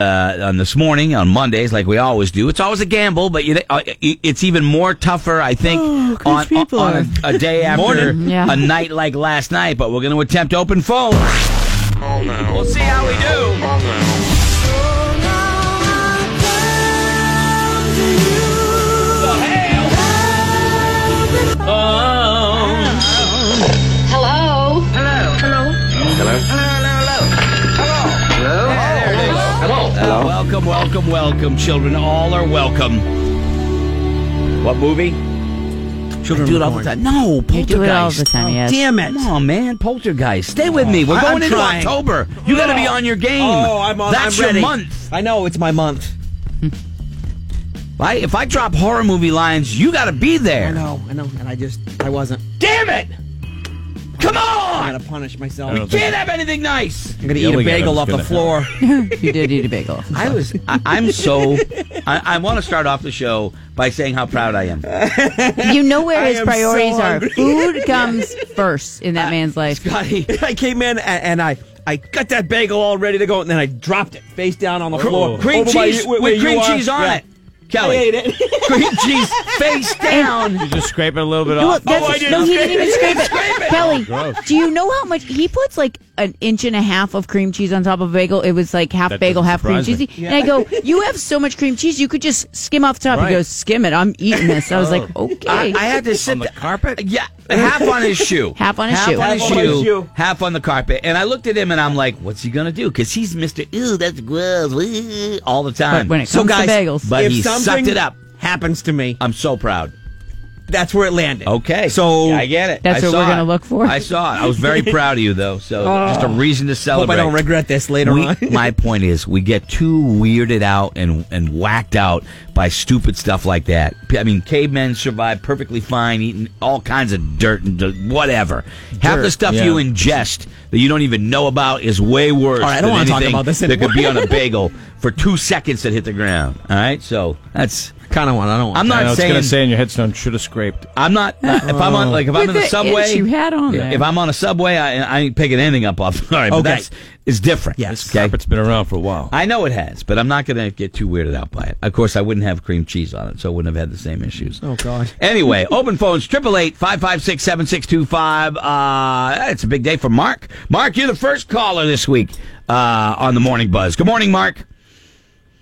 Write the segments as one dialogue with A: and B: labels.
A: uh, on this morning on Mondays, like we always do. It's always a gamble, but you, uh, it's even more tougher, I think,
B: Oh, 'cause
A: on,
B: people
A: on
B: are-
A: a, a day after
B: Morning. Yeah.
A: a night like last night. But we're going to attempt open phone. Uh, We'll see how we do.
C: Hello.
A: Uh, welcome, welcome, welcome, children. All are welcome. What movie? Children do it all the time. No, Poltergeist.
B: You do it all the
D: Oh,
B: time, yes.
A: Damn it. Come on, man. Poltergeist. Stay with me. We're
D: I-
A: going
D: I'm
A: into
D: trying.
A: October. You got to be on your game.
D: Oh, I'm on.
A: That's
D: I'm
A: your
D: ready.
A: month.
D: I know it's my month.
A: I, if I drop horror movie lines, you got to be there.
D: I know, I know, and I just I wasn't.
A: Damn it! Come
D: I
A: on!
D: gotta punish myself.
A: We can't have anything nice.
D: I'm gonna eat a bagel off the floor.
B: You did eat a bagel.
A: I was. I, I'm so. I, I want to start off the show by saying how proud I am.
B: You know where
D: I
B: his
D: am
B: priorities
D: so
B: are.
D: hungry.
B: Food comes first in that man's life.
A: Scotty,
D: I came in and, and I I got that bagel all ready to go, and then I dropped it face down on the floor.
A: cream
D: Over by
A: cheese
D: Oh, you- where- where
A: with
D: you
A: cream
D: are.
A: cheese on
D: Yeah.
A: it. Kelly,
D: I ate it.
A: cream cheese face down.
E: You just scrape it a little bit
B: No,
E: off.
B: that's-
A: I didn't
B: no, he
A: scrape
B: didn't
A: it.
B: even scrape it. Kelly,
E: Gross.
B: do you know how much he puts like an inch and a half of cream cheese on top of a bagel? It was like half
E: That
B: bagel,
E: doesn't
B: half cream
E: surprise
B: cheese.
E: me.
B: And I go, you have so much cream cheese, you could just skim off the top.
E: Right.
B: He goes, skim it. I'm eating this. I was like, okay.
A: I, I had to sit
E: on the
A: th-
E: carpet?
A: Yeah, half on his shoe.
B: Half on his shoe.
A: Half on his
D: Half on my
A: shoe,
D: shoe.
A: Half on the carpet. And I looked at him and I'm like, what's he going to do? Because he's Mr. Ew, that's gross. Ooh, All the time.
B: But when it
A: so
B: comes to
A: guys,
B: bagels-
A: But
D: if
A: he sucked
D: something
A: it up.
D: Happens to me.
A: I'm so proud.
D: That's where it landed.
A: Okay.
D: So
A: I get it.
B: That's
A: I
B: what
A: saw
B: we're gonna
A: it.
B: look for. Oh.
A: I saw it. I was very proud of you, though. So just a reason to
D: Hope
A: celebrate.
D: I don't regret this later
A: We-
D: on.
A: my point is, we get too weirded out and and whacked out by stupid stuff like that. P- I mean, cavemen survived perfectly fine, eating all kinds of dirt and d- whatever. Half the
D: Dirt,
A: stuff
E: yeah.
A: you ingest that you don't even know about is way worse.
D: All right, I
A: than
D: don't wanna talk
A: anything
D: about this
A: That could be on
D: anymore.
A: a bagel for two seconds that hit the ground. All right, so that's.
D: kind of want. I don't want.
A: I'm
E: I
A: not
E: know it's
A: saying
E: gonna say in your headstone should have scraped.
A: I'm not. Uh, if I'm on, like, if I'm
B: With
A: in the,
B: the
A: subway,
B: itch you had on
A: Yeah,
B: there.
A: If I'm on a subway, I, I ain't picking anything up off. All right, but
D: Okay.
A: that's it's different.
D: Yes.
A: okay?
E: Carpet's been around for a while.
A: I know it has, but I'm not going to get too weirded out by it. Of course, I wouldn't have cream cheese on it, so I wouldn't have had the same issues.
D: Oh, God.
A: Anyway, open phones 888-556-7625. Uh, it's a big day for Mark. Mark, you're the first caller this week uh, on the Morning Buzz. Good morning, Mark.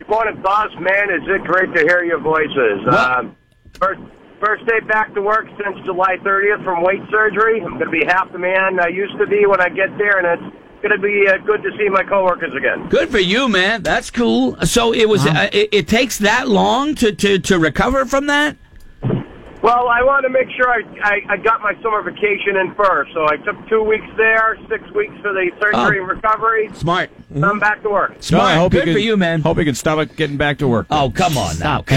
F: Good morning, boss man. Is it great to hear your voices?
A: Well-
F: Um, first, first day back to work since July 30th from weight surgery. I'm going to be half the man I used to be when I get there, and it's going to be uh, good to see my coworkers again.
A: Good for you, man. That's cool. So it was. Uh, it, it takes that long to, to, to recover from that.
F: Well, I want to make sure I, I, I got my summer vacation in first, so I took two weeks there, six weeks for the
A: Oh.
F: surgery and recovery.
A: Smart,
F: I'm back to work.
E: No,
A: smart.
E: I hope
A: Good
E: could-
A: for you, man.
E: Hope you can stomach getting back to work.
A: Oh, come on now.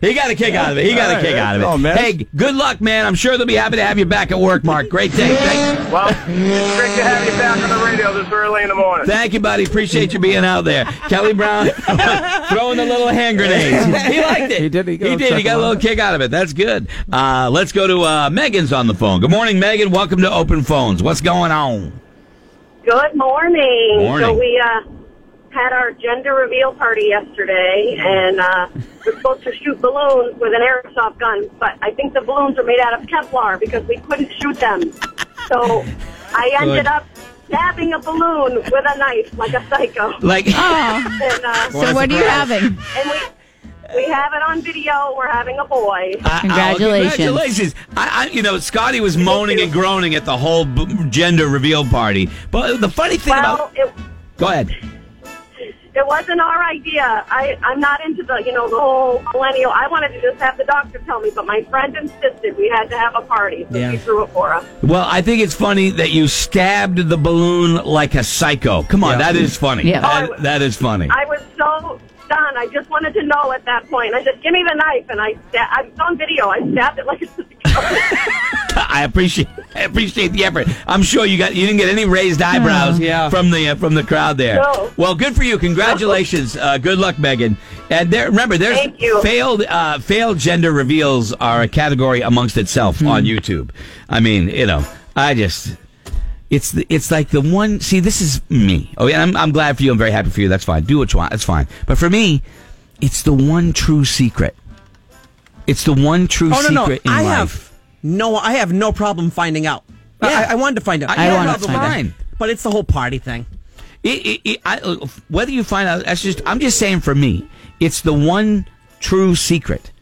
A: he got a kick out of it. He got a
E: All
A: kick
E: right,
A: out of it.
E: that's all, man.
A: Hey, good luck, man. I'm sure they'll be happy to have you back at work, Mark. Great day. Thank,
F: Well, it's great to have you back on the radio this early in the morning.
A: thank you, buddy. Appreciate you being out there. Kelly Brown throwing the little hand grenades. He liked it.
E: He did.
A: He,
E: He got a
A: did. He
E: chuckle
A: got a
E: out
A: little
E: of it.
A: kick out of it. That's good. Uh, let's go to uh, Megan's on the phone. Good morning, Megan. Welcome to Open Phones. What's going on?
G: Good morning.
A: Morning.
G: So we uh, had our gender reveal party yesterday, and uh, we're supposed to shoot balloons with an airsoft gun, but I think the balloons are made out of Kevlar because we couldn't shoot them. So I ended up stabbing a balloon with a knife like a psycho.
A: Like,
B: oh,
G: And, uh,
B: so what are you having?
G: and we we have it on video. We're having a boy.
A: I- I-
B: Congratulations.
A: congratulations. I, I, you know, Scotty was moaning and groaning at the whole b- gender reveal party. But the funny thing
G: Well,
A: about.
G: it,
A: Go ahead.
G: it wasn't our idea. I, I'm not into the, you know, the whole millennial. I wanted to just have the doctor tell me, but my friend insisted we had to have a party, so
D: Yeah.
G: she threw it for us.
A: Well, I think it's funny that you stabbed the balloon like a psycho. Come on, that is funny.
B: Yeah.
A: That, that is funny.
G: I was so done. I just wanted to know at that point. I said, "Give me the knife," and I, sta- I'm on video. I stabbed it like a.
A: I appreciate I appreciate the effort. I'm sure you got you didn't get any raised eyebrows
D: Yeah.
A: from the uh, from the crowd there.
G: No.
A: Well, good for you. Congratulations. Uh, good luck, Megan. And there, remember, there's
G: Thank you.
A: failed uh, failed gender reveals
G: Hmm.
A: are a category amongst itself on YouTube. I mean, you know, I just It's the, it's like the one. See, this is me. Oh yeah, I'm I'm glad for you. I'm very happy for you. That's fine. Do what you want. That's fine. But for me, it's the one true secret. It's the one true
D: Oh no,
A: secret
D: no,
A: in
D: I
A: life.
D: have no, I have no problem finding out.
A: Yeah.
D: I, I wanted to find out.
A: I
D: No
A: wanted to
D: problem.
A: find out.
D: but it's the whole party thing.
A: It, it, it, I, uh, whether you find out, that's just. I'm just saying. For me, it's the one true secret.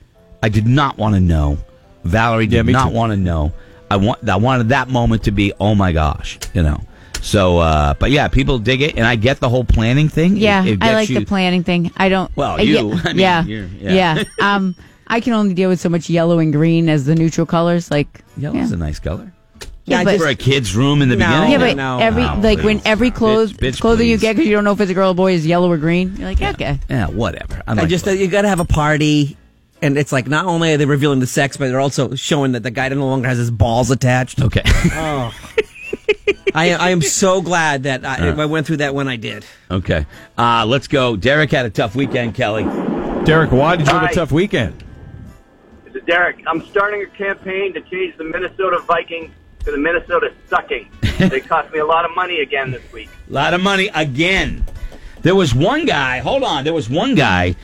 A: I did not want to know. Valerie did
E: Yeah, me
A: not
E: too.
A: want to know. I want. I wanted that moment to be. Oh my gosh, you know. So, uh, but yeah, people dig it, and I get the whole planning thing. It-
B: Yeah,
A: it
B: I
A: gets
B: like
A: you-
B: the planning thing. I don't.
A: Well,
B: I-
A: you,
B: Yeah,
A: I mean,
B: yeah,
A: you're- yeah.
B: yeah. Um, I can only deal with so much yellow and green as the neutral colors. Like
A: Yellow's
B: yeah.
A: a nice color
B: Yeah,
D: I
B: but-
A: for a kid's room in the
D: No.
A: beginning.
B: Yeah,
D: no,
B: but
D: no,
B: every
A: no,
B: like when
A: please.
B: every clothes
A: Bitch, bitch,
B: clothing you
A: please.
B: get because you don't know if it's a girl or boy is yellow or green. You're like, okay,
A: yeah, whatever. I'm
D: I just that you got to have a party, and it's like not only are they revealing the sex, but they're also showing that the guy no longer has his balls attached.
A: okay.
D: I, I am so glad that I, I went through that when I did.
A: okay. Uh, let's go. Derek had a tough weekend. Kelly.
E: Derek, why did you have
F: Hi.
E: a tough weekend?
F: This is Derek. I'm starting a campaign to change the Minnesota Vikings to the Minnesota Sucking. they cost me a lot of money again this week.
A: A lot of money again. There was one guy. Hold on. There was one guy.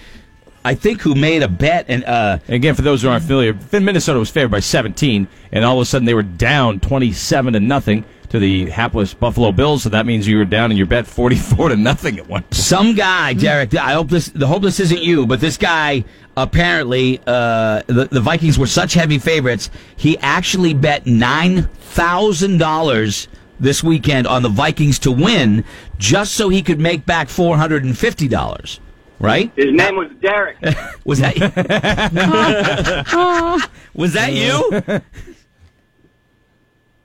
A: I think who made a bet and uh,
E: Again, for those who aren't familiar, Minnesota was favored by 17, and all of a sudden they were down 27 to nothing to the hapless Buffalo Bills. So that means you were down in your bet 44 to nothing at one.
A: some guy, Derek. I hope this. I hope this isn't you, but this guy apparently uh, the, the Vikings were such heavy favorites. He actually bet nine thousand dollars this weekend on the Vikings to win, just so he could make back four hundred and fifty dollars. Right?
F: His name was Derek.
A: Was that was that you?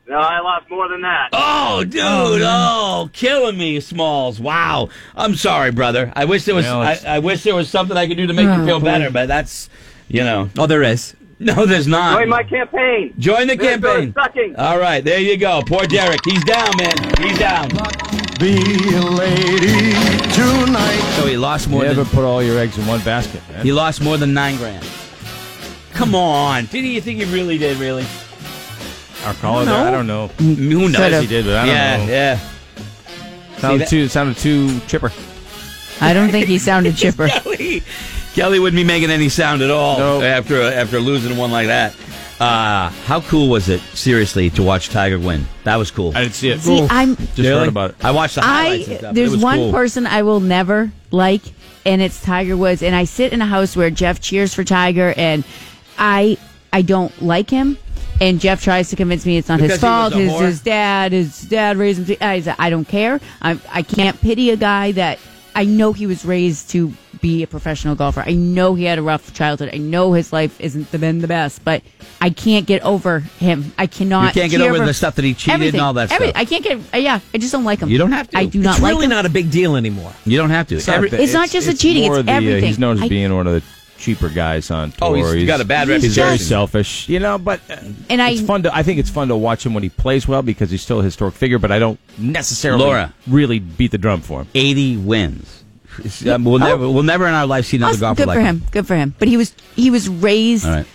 F: No, I lost more than that.
A: Oh, dude! Oh, killing me, Smalls. Wow. I'm sorry, brother. I wish there was.
E: Well,
A: I,
E: it's-
A: I wish there was something I could do to make you feel better, but that's, you know.
D: Oh, there is.
A: No, there's not.
F: Join my campaign.
A: Join the
F: Minnesota
A: campaign.
F: Sucking.
A: All right, there you go. Poor Derek. He's down, man. He's down.
C: Be a lady tonight.
A: So he lost more.
E: Never
A: Than,
E: put all your eggs in one basket, man.
A: he lost more than nine grand. Come on. Did you think he really did? Really?
E: Our caller there, I don't know.
A: Who knows?
E: Says he did, but I don't
A: yeah,
E: know.
A: yeah.
E: Sounded
A: that-
E: too, sounded too chipper.
B: I don't think he sounded chipper.
A: Kelly, Kelly wouldn't be making any sound at all
E: Nope.
A: after after losing one like that. Uh, how cool was it, seriously, to watch Tiger win? That was cool.
E: I didn't see it.
B: See, I'm
E: Just
A: Really?
E: heard about it.
A: I watched the highlights. and
B: I
A: stuff. It
B: there's
A: was
B: one
A: cool.
B: person I will never like, and it's Tiger Woods. And I sit in a house where Jeff cheers for Tiger, and I I don't like him. And Jeff tries to convince me it's not
A: Because he was
B: his fault.
A: a
B: His,
A: whore?
B: his dad, his dad raised him. To, I, said, I don't care. I I can't pity a guy that I know he was raised to be a professional golfer. I know he had a rough childhood. I know his life isn't the been the best, but I can't get over him. I cannot.
A: You can't get
B: cheer
A: over
B: for-
A: the stuff that he cheated and
B: Everything.
A: all that
B: Every-
A: stuff.
B: I can't get. uh, yeah, I just don't like him.
A: You don't have to.
B: I do
A: It's
B: not
D: It's
B: like
D: really
B: him.
D: not a big deal anymore.
A: You don't have to. Every-
E: But
B: It's not just the cheating,
E: more
B: it's
E: the, uh, he's
B: everything.
E: known as
B: I-
E: being one of the cheaper guys on tour.
A: Oh, he's got a bad
B: He's
E: He's very
B: just-
E: selfish, you know. But uh,
B: And I-
E: it's fun to. I think it's fun to watch him when he plays well because he's still a historic figure. But I don't necessarily
A: Laura.
E: really beat the drum for him.
A: 80 wins. It's- um, we'll never, we'll never in our life see another
B: Awesome.
A: golfer
B: Good
A: like
B: for him. Good for him. But he was he was raised
A: All right.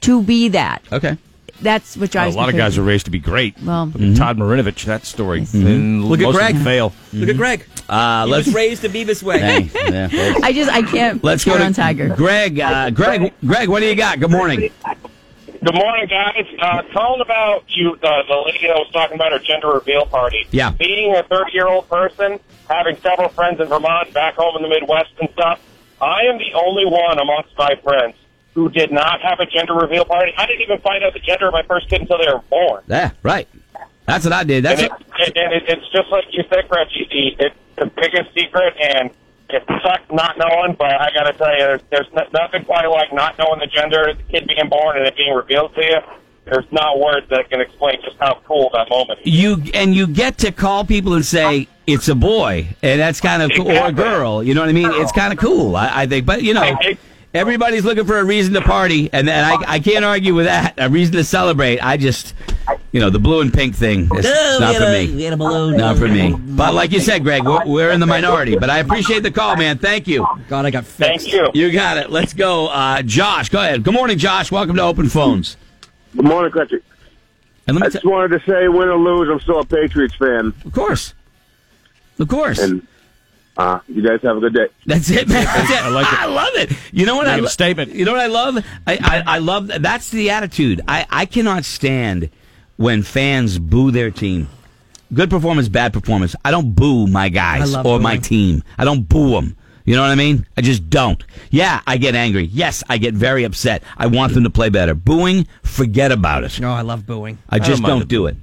B: to be that.
A: Okay.
B: That's what
E: A
B: drives.
E: lot
B: me
E: of guys
B: crazy.
E: are raised to be great.
B: Well- mm-hmm.
E: Look at Todd Marinovich, that story. And
D: Look at
E: most of them
D: Greg.
E: fail.
D: Look at Greg.
A: Uh,
D: he
A: let's.
D: was raised to be this way.
A: Thanks. Yeah, folks.
B: I just I can't.
A: let's
B: cheer
A: go to
B: on Tiger.
A: Greg. Uh, Greg. Greg. What do you got? Good morning.
H: Good morning, guys. Uh, calling about you, uh, the lady that was talking about her gender reveal party.
A: Yeah.
H: Being a 30 year old person, having several friends in Vermont, back home in the Midwest and stuff, I am the only one amongst my friends who did not have a gender reveal party. I didn't even find out the gender of my first kid until they were born.
A: Yeah. Right. That's what I did.
H: And,
A: That's.
H: it,
A: what-
H: and, and it, it's just like you said, Gretchen, it's the biggest secret, and it sucked not knowing, but I got to tell you, there's, there's no, nothing quite like not knowing the gender of the kid being born and it being revealed to you. There's not words that can explain just how cool that moment is.
A: you and you get to call people and say it's a boy and that's kind of cool or a girl you know what i mean it's kind of cool I, I think but you know everybody's looking for a reason to party and then I, I can't argue with that a reason to celebrate i just you know the blue and pink thing is
D: Oh,
A: not
D: we
A: for
D: had a- we
A: me
D: had a balloon.
A: not for me but like you said greg we're, we're in the minority but i appreciate the call man thank you
D: God, I got fixed.
H: Thank you.
A: you got it let's go uh, josh go ahead good morning josh welcome to open phones
F: Good morning, Gretchen.
A: And
I: I
A: let me
I: just
A: tell
I: wanted to say, win or lose, I'm still a Patriots fan.
A: of course, of course.
I: And uh, you guys have a good day.
A: That's it, man. That's it. I,
E: like it.
A: love it. You know what I
E: Make a
A: lo-
E: statement.
A: You know what I love? I, I, I love that's the attitude. I, I cannot stand when fans boo their team. Good performance, bad performance. I don't boo my guys
D: I
A: or
D: love
A: my
D: booing.
A: team. I don't boo them. You know what I mean? I just don't. Yeah, I get angry. Yes, I get very upset. I want them to play better. Booing, forget about it.
D: No, Oh, I love booing.
A: I just
E: don't mind
A: don't, do it.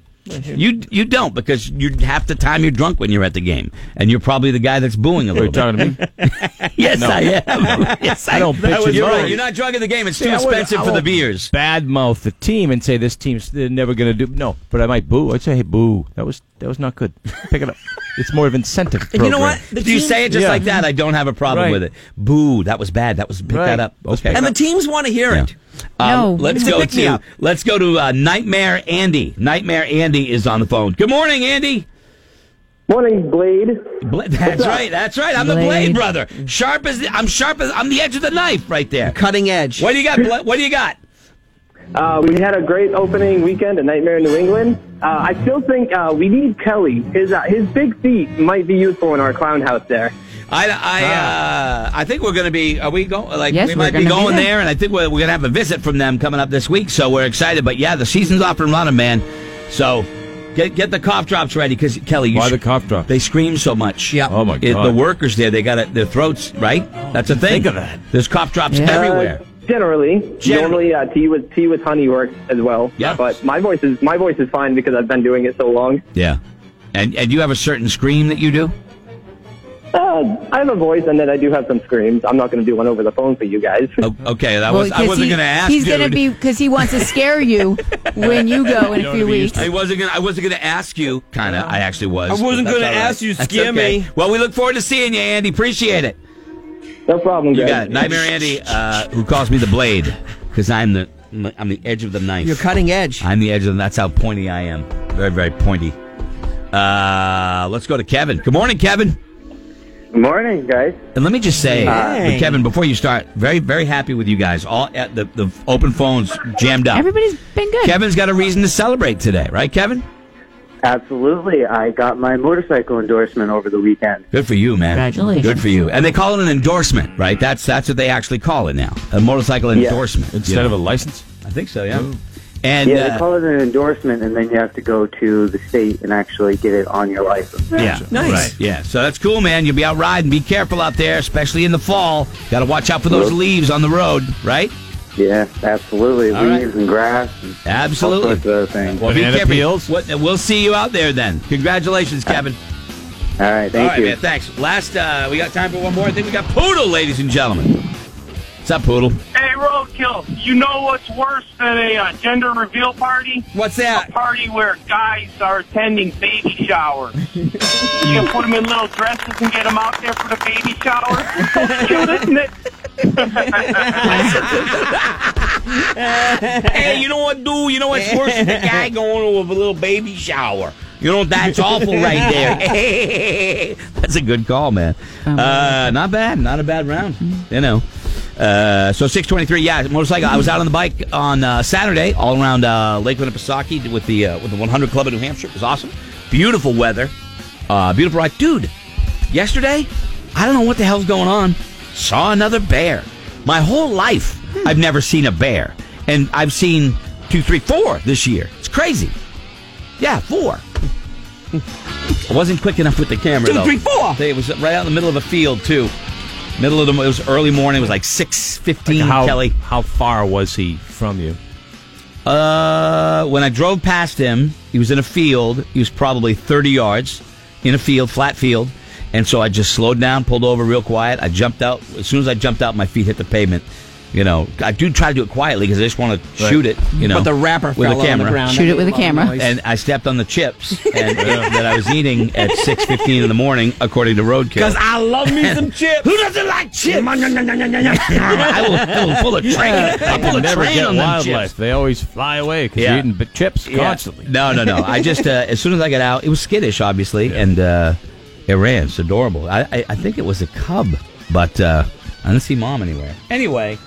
A: You you don't because you half the time you're drunk when you're at the game, and you're probably the guy that's booing a
E: Are you
A: little bit.
E: talking to me?
A: Yes, I am. yes, I,
E: I don't
A: That
E: bitch
A: was-
E: and
A: You're
E: moan.
A: right. You're not drunk in the game. It's too
E: Yeah, I would-
A: expensive
E: I
A: for the
E: won't
A: beers.
E: Badmouth the team and say this team's they're never going to do no, but I might boo. I'd say hey boo, that was that was not good. Pick it up. It's more of incentive.
D: And you know
E: program.
D: what? The
A: If you
D: team-
A: say it just
E: Yeah.
A: like that, I don't have a problem
E: Right.
A: with it. Boo, that was bad. That was pick
E: Right.
A: that up.
E: Let's
A: Okay.
E: pick
D: and the teams want to hear
A: Yeah.
D: it.
B: No.
A: Um, let's
D: It's a
A: go
D: pick-me
A: to
D: up.
A: let's go to uh, Nightmare Andy. Nightmare Andy is on the phone. Good morning, Andy.
J: Morning, Blade.
A: Bla- that's right. That's right. I'm the Blade
B: Blade.
A: brother. Sharp as the, I'm sharp as I'm the edge of the knife right there.
D: Cutting edge.
A: What do you got? Bla- What do you got?
J: Uh, we had a great opening weekend at Nightmare in New England. Uh, I still think uh, we need Kelly. His uh, his big feet might be useful in our clown house there.
A: I, I, uh, I think we're going to be. Are we going? Like
B: Ah. Yes,
A: we
B: we're
A: might be
B: gonna be
A: going
B: there.
A: there, and I think we're, we're going to have a visit from them coming up this week. So we're excited. But yeah, the season's off and running, man. So get get the cough drops ready because Kelly, you
E: Why
A: sh-
E: the cough drop?
A: They scream so much.
D: Yeah.
E: Oh, my
A: It-
E: God.
A: the workers there, they got it. Their throats, right? That's a thing.
E: think of that.
A: There's cough drops
B: Yeah.
A: everywhere.
J: Uh, generally,
A: Generally.
J: normally uh, tea with tea with honey works as well.
A: Yeah.
J: But my voice is my voice is fine because I've been doing it so long.
A: Yeah. And and you have a certain scream that you do.
J: Uh, I have a voice, and then I do have some screams. I'm not going to do one over the phone for you guys.
A: O- Okay, that was I
B: 'cause
A: wasn't
B: he-
A: going to ask.
B: He's gonna
A: dude.
B: be because he wants to scare you when you go in a
E: You don't
B: few
E: wanna be used
B: weeks.
E: to
A: I wasn't gonna. I wasn't gonna ask you. Kind of. I actually was.
D: I wasn't
A: That's
D: gonna
A: all right.
D: ask you,
A: That's
D: scare
A: okay.
D: me.
A: Well, we look forward to seeing you, Andy. Appreciate it.
J: No problem,
A: You
J: guys.
A: got it. Nightmare Andy, uh, who calls me the blade, because I'm the I'm the edge of the knife.
D: You're cutting edge.
A: I'm the edge of. The, that's how pointy I am. Very very pointy. Uh, let's go to Kevin. Good morning, Kevin.
J: Morning, guys.
A: And let me just say,
D: Hey.
A: but Kevin, before you start, very very happy with you guys. All at the the open phones jammed up.
B: Everybody's been good.
A: Kevin's got a reason to celebrate today, right, Kevin?
J: Absolutely. I got my motorcycle endorsement over the weekend.
A: Good for you, man.
B: Congratulations.
A: Good for you. And they call it an endorsement, right? That's that's what they actually call it now. A motorcycle endorsement.
E: Instead of a license,
A: I think so, yeah. And
J: Yeah,
A: uh,
J: they call it an endorsement, and then you have to go to the state and actually get it on your license.
A: yeah,
D: Nice.
A: Right. Yeah. So that's cool, man. You'll be out riding. Be careful out there, especially in the fall. Got to watch out for those leaves on the road, right?
J: Yeah, absolutely.
A: All right.
J: Leaves and grass and all sorts
A: Absolutely.
J: of other things.
A: Well, be
E: Banana
A: careful.
E: peels.
A: What, we'll see you out there then. Congratulations, Kevin.
J: All right,
A: All
J: Ah, thank
A: right,
J: you.
A: man. Thanks. Last, uh, we got time for one more. I think we got Poodle, ladies and gentlemen. What's up, Poodle?
F: Hey, Roadkill, you know what's worse than a uh, gender reveal party?
D: What's
F: A
D: that?
F: party where guys are attending baby showers. you can put them in little dresses and get them out there for the baby shower. It's cute, isn't it?
A: Hey, you know what, dude? You know what's worse than the guy going to a little baby shower? You know, that's awful right there. that's a good call, man. Uh, not bad. Not a bad round. You know. Uh, so 623, yeah, motorcycle. I was out on the bike on uh, Saturday, all around uh, Lakeland and Pisaki with the uh, with the 100 Club in New Hampshire. It was awesome. Beautiful weather. Uh, beautiful ride. Dude, yesterday, I don't know what the hell's going on. Saw another bear. My whole life,
D: Hmm.
A: I've never seen a bear. And I've seen two, three, four this year. It's crazy. Yeah, four. I wasn't quick enough with the camera.
D: Two,
A: though.
D: three, four.
A: They- It was right out in the middle of a field, too. Middle of the, it was early morning. It was like 6.15,
E: how
A: Kelly.
E: how far was he from you?
A: Uh, when I drove past him, he was in a field. He was probably 30 yards in a field, flat field. And so I just slowed down, pulled over real quiet. I jumped out. As soon as I jumped out, my feet hit the pavement. You know, I do try to do it quietly because I just want to shoot it, you know.
D: but the wrapper
A: with
D: fell
A: a camera.
D: on the ground.
B: Shoot
D: I
B: it with
D: made lot
B: a
D: of
B: camera.
D: noise.
A: And I stepped on the chips and, that I was eating at 6.15 in the morning, according to Roadkill.
D: Because I love me some chips.
A: Who doesn't like chips? I, will, I will pull a train. I'll pull a
E: never
A: train
E: get
A: on them
E: wildlife.
A: chips.
E: They always fly away because
A: Yeah.
E: you're eating b- chips
A: Yeah.
E: constantly.
A: No, no, no. I just uh, as soon as I got out, it was skittish, obviously, and uh, it ran. It's adorable. I, I, I think it was a cub, but uh, I didn't see mom anywhere. Anyway,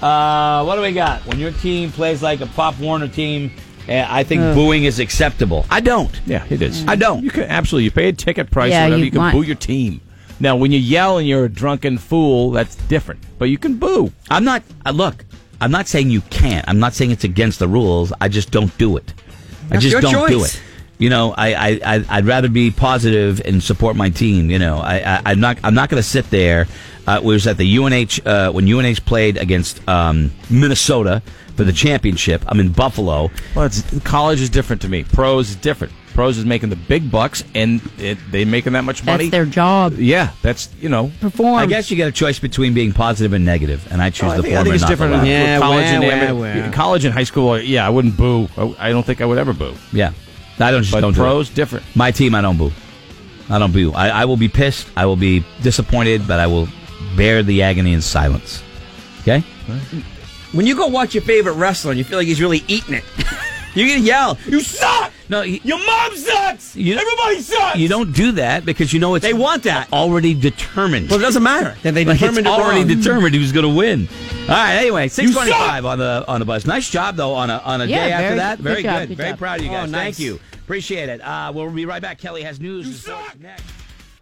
A: uh, what do we got? When your team plays like a Pop Warner team, And I think
E: Ugh.
A: booing is acceptable. I don't.
E: Yeah, it is.
A: I don't.
E: You can absolutely you pay a ticket price
A: Yeah,
E: or whatever.
A: you
E: You, can
A: want-
E: boo your team. Now, when you yell and you're a drunken fool, that's different. But you can boo.
A: I'm not. Uh, look, I'm not saying you can't. I'm not saying it's against the rules. I just don't do it. I
E: That's
A: just
E: your
A: don't do
E: choice.
A: it. You know, I, I, I I'd rather be positive and support my team. You know, I, I I'm not I'm not going to sit there. Uh, it was at the UNH uh, when UNH played against um, Minnesota for the championship. I'm in Buffalo.
E: Well, it's, college is different to me. Pros is different. Pros is making the big bucks, and it, they making that much
B: That's
E: money.
B: their Oh, job.
E: Yeah, that's you know.
B: Perform.
A: I guess you get a choice between being positive and negative, and I choose
E: Um, Oh, I
A: the
E: think,
A: former.
E: I think it's
A: not the
E: different.
A: latter.
E: with college and amateur- college and high school. Yeah, I wouldn't boo. I, I don't think I would ever boo.
A: Yeah, I don't just
E: But
A: don't.
E: pros
A: do it.
E: different.
A: My team, I don't boo. I don't boo. I, I will be pissed. I will be disappointed, but I will bear the agony in silence. Okay.
D: When you go watch your favorite wrestler and you feel like he's really eating it, you're going to yell, You suck!
A: No,
D: Your mom sucks!
A: You-
D: Everybody sucks!
A: You don't do that because you know it's
D: They want that.
A: already determined.
D: Well, it doesn't matter. Then they
A: Like, it's
D: determined it
A: already
D: wrong.
A: determined who's going to win. All right. Anyway, six twenty-five on the on the bus. Nice job though on a on a
B: Yeah,
A: day after
B: very-
A: that.
B: good
A: Very
B: job,
A: good.
B: good
A: Very
B: job.
A: proud of you
D: Oh,
A: guys.
D: nice.
A: Thank you. Appreciate it. Uh, we'll be right back. Kelly has news. and sports next.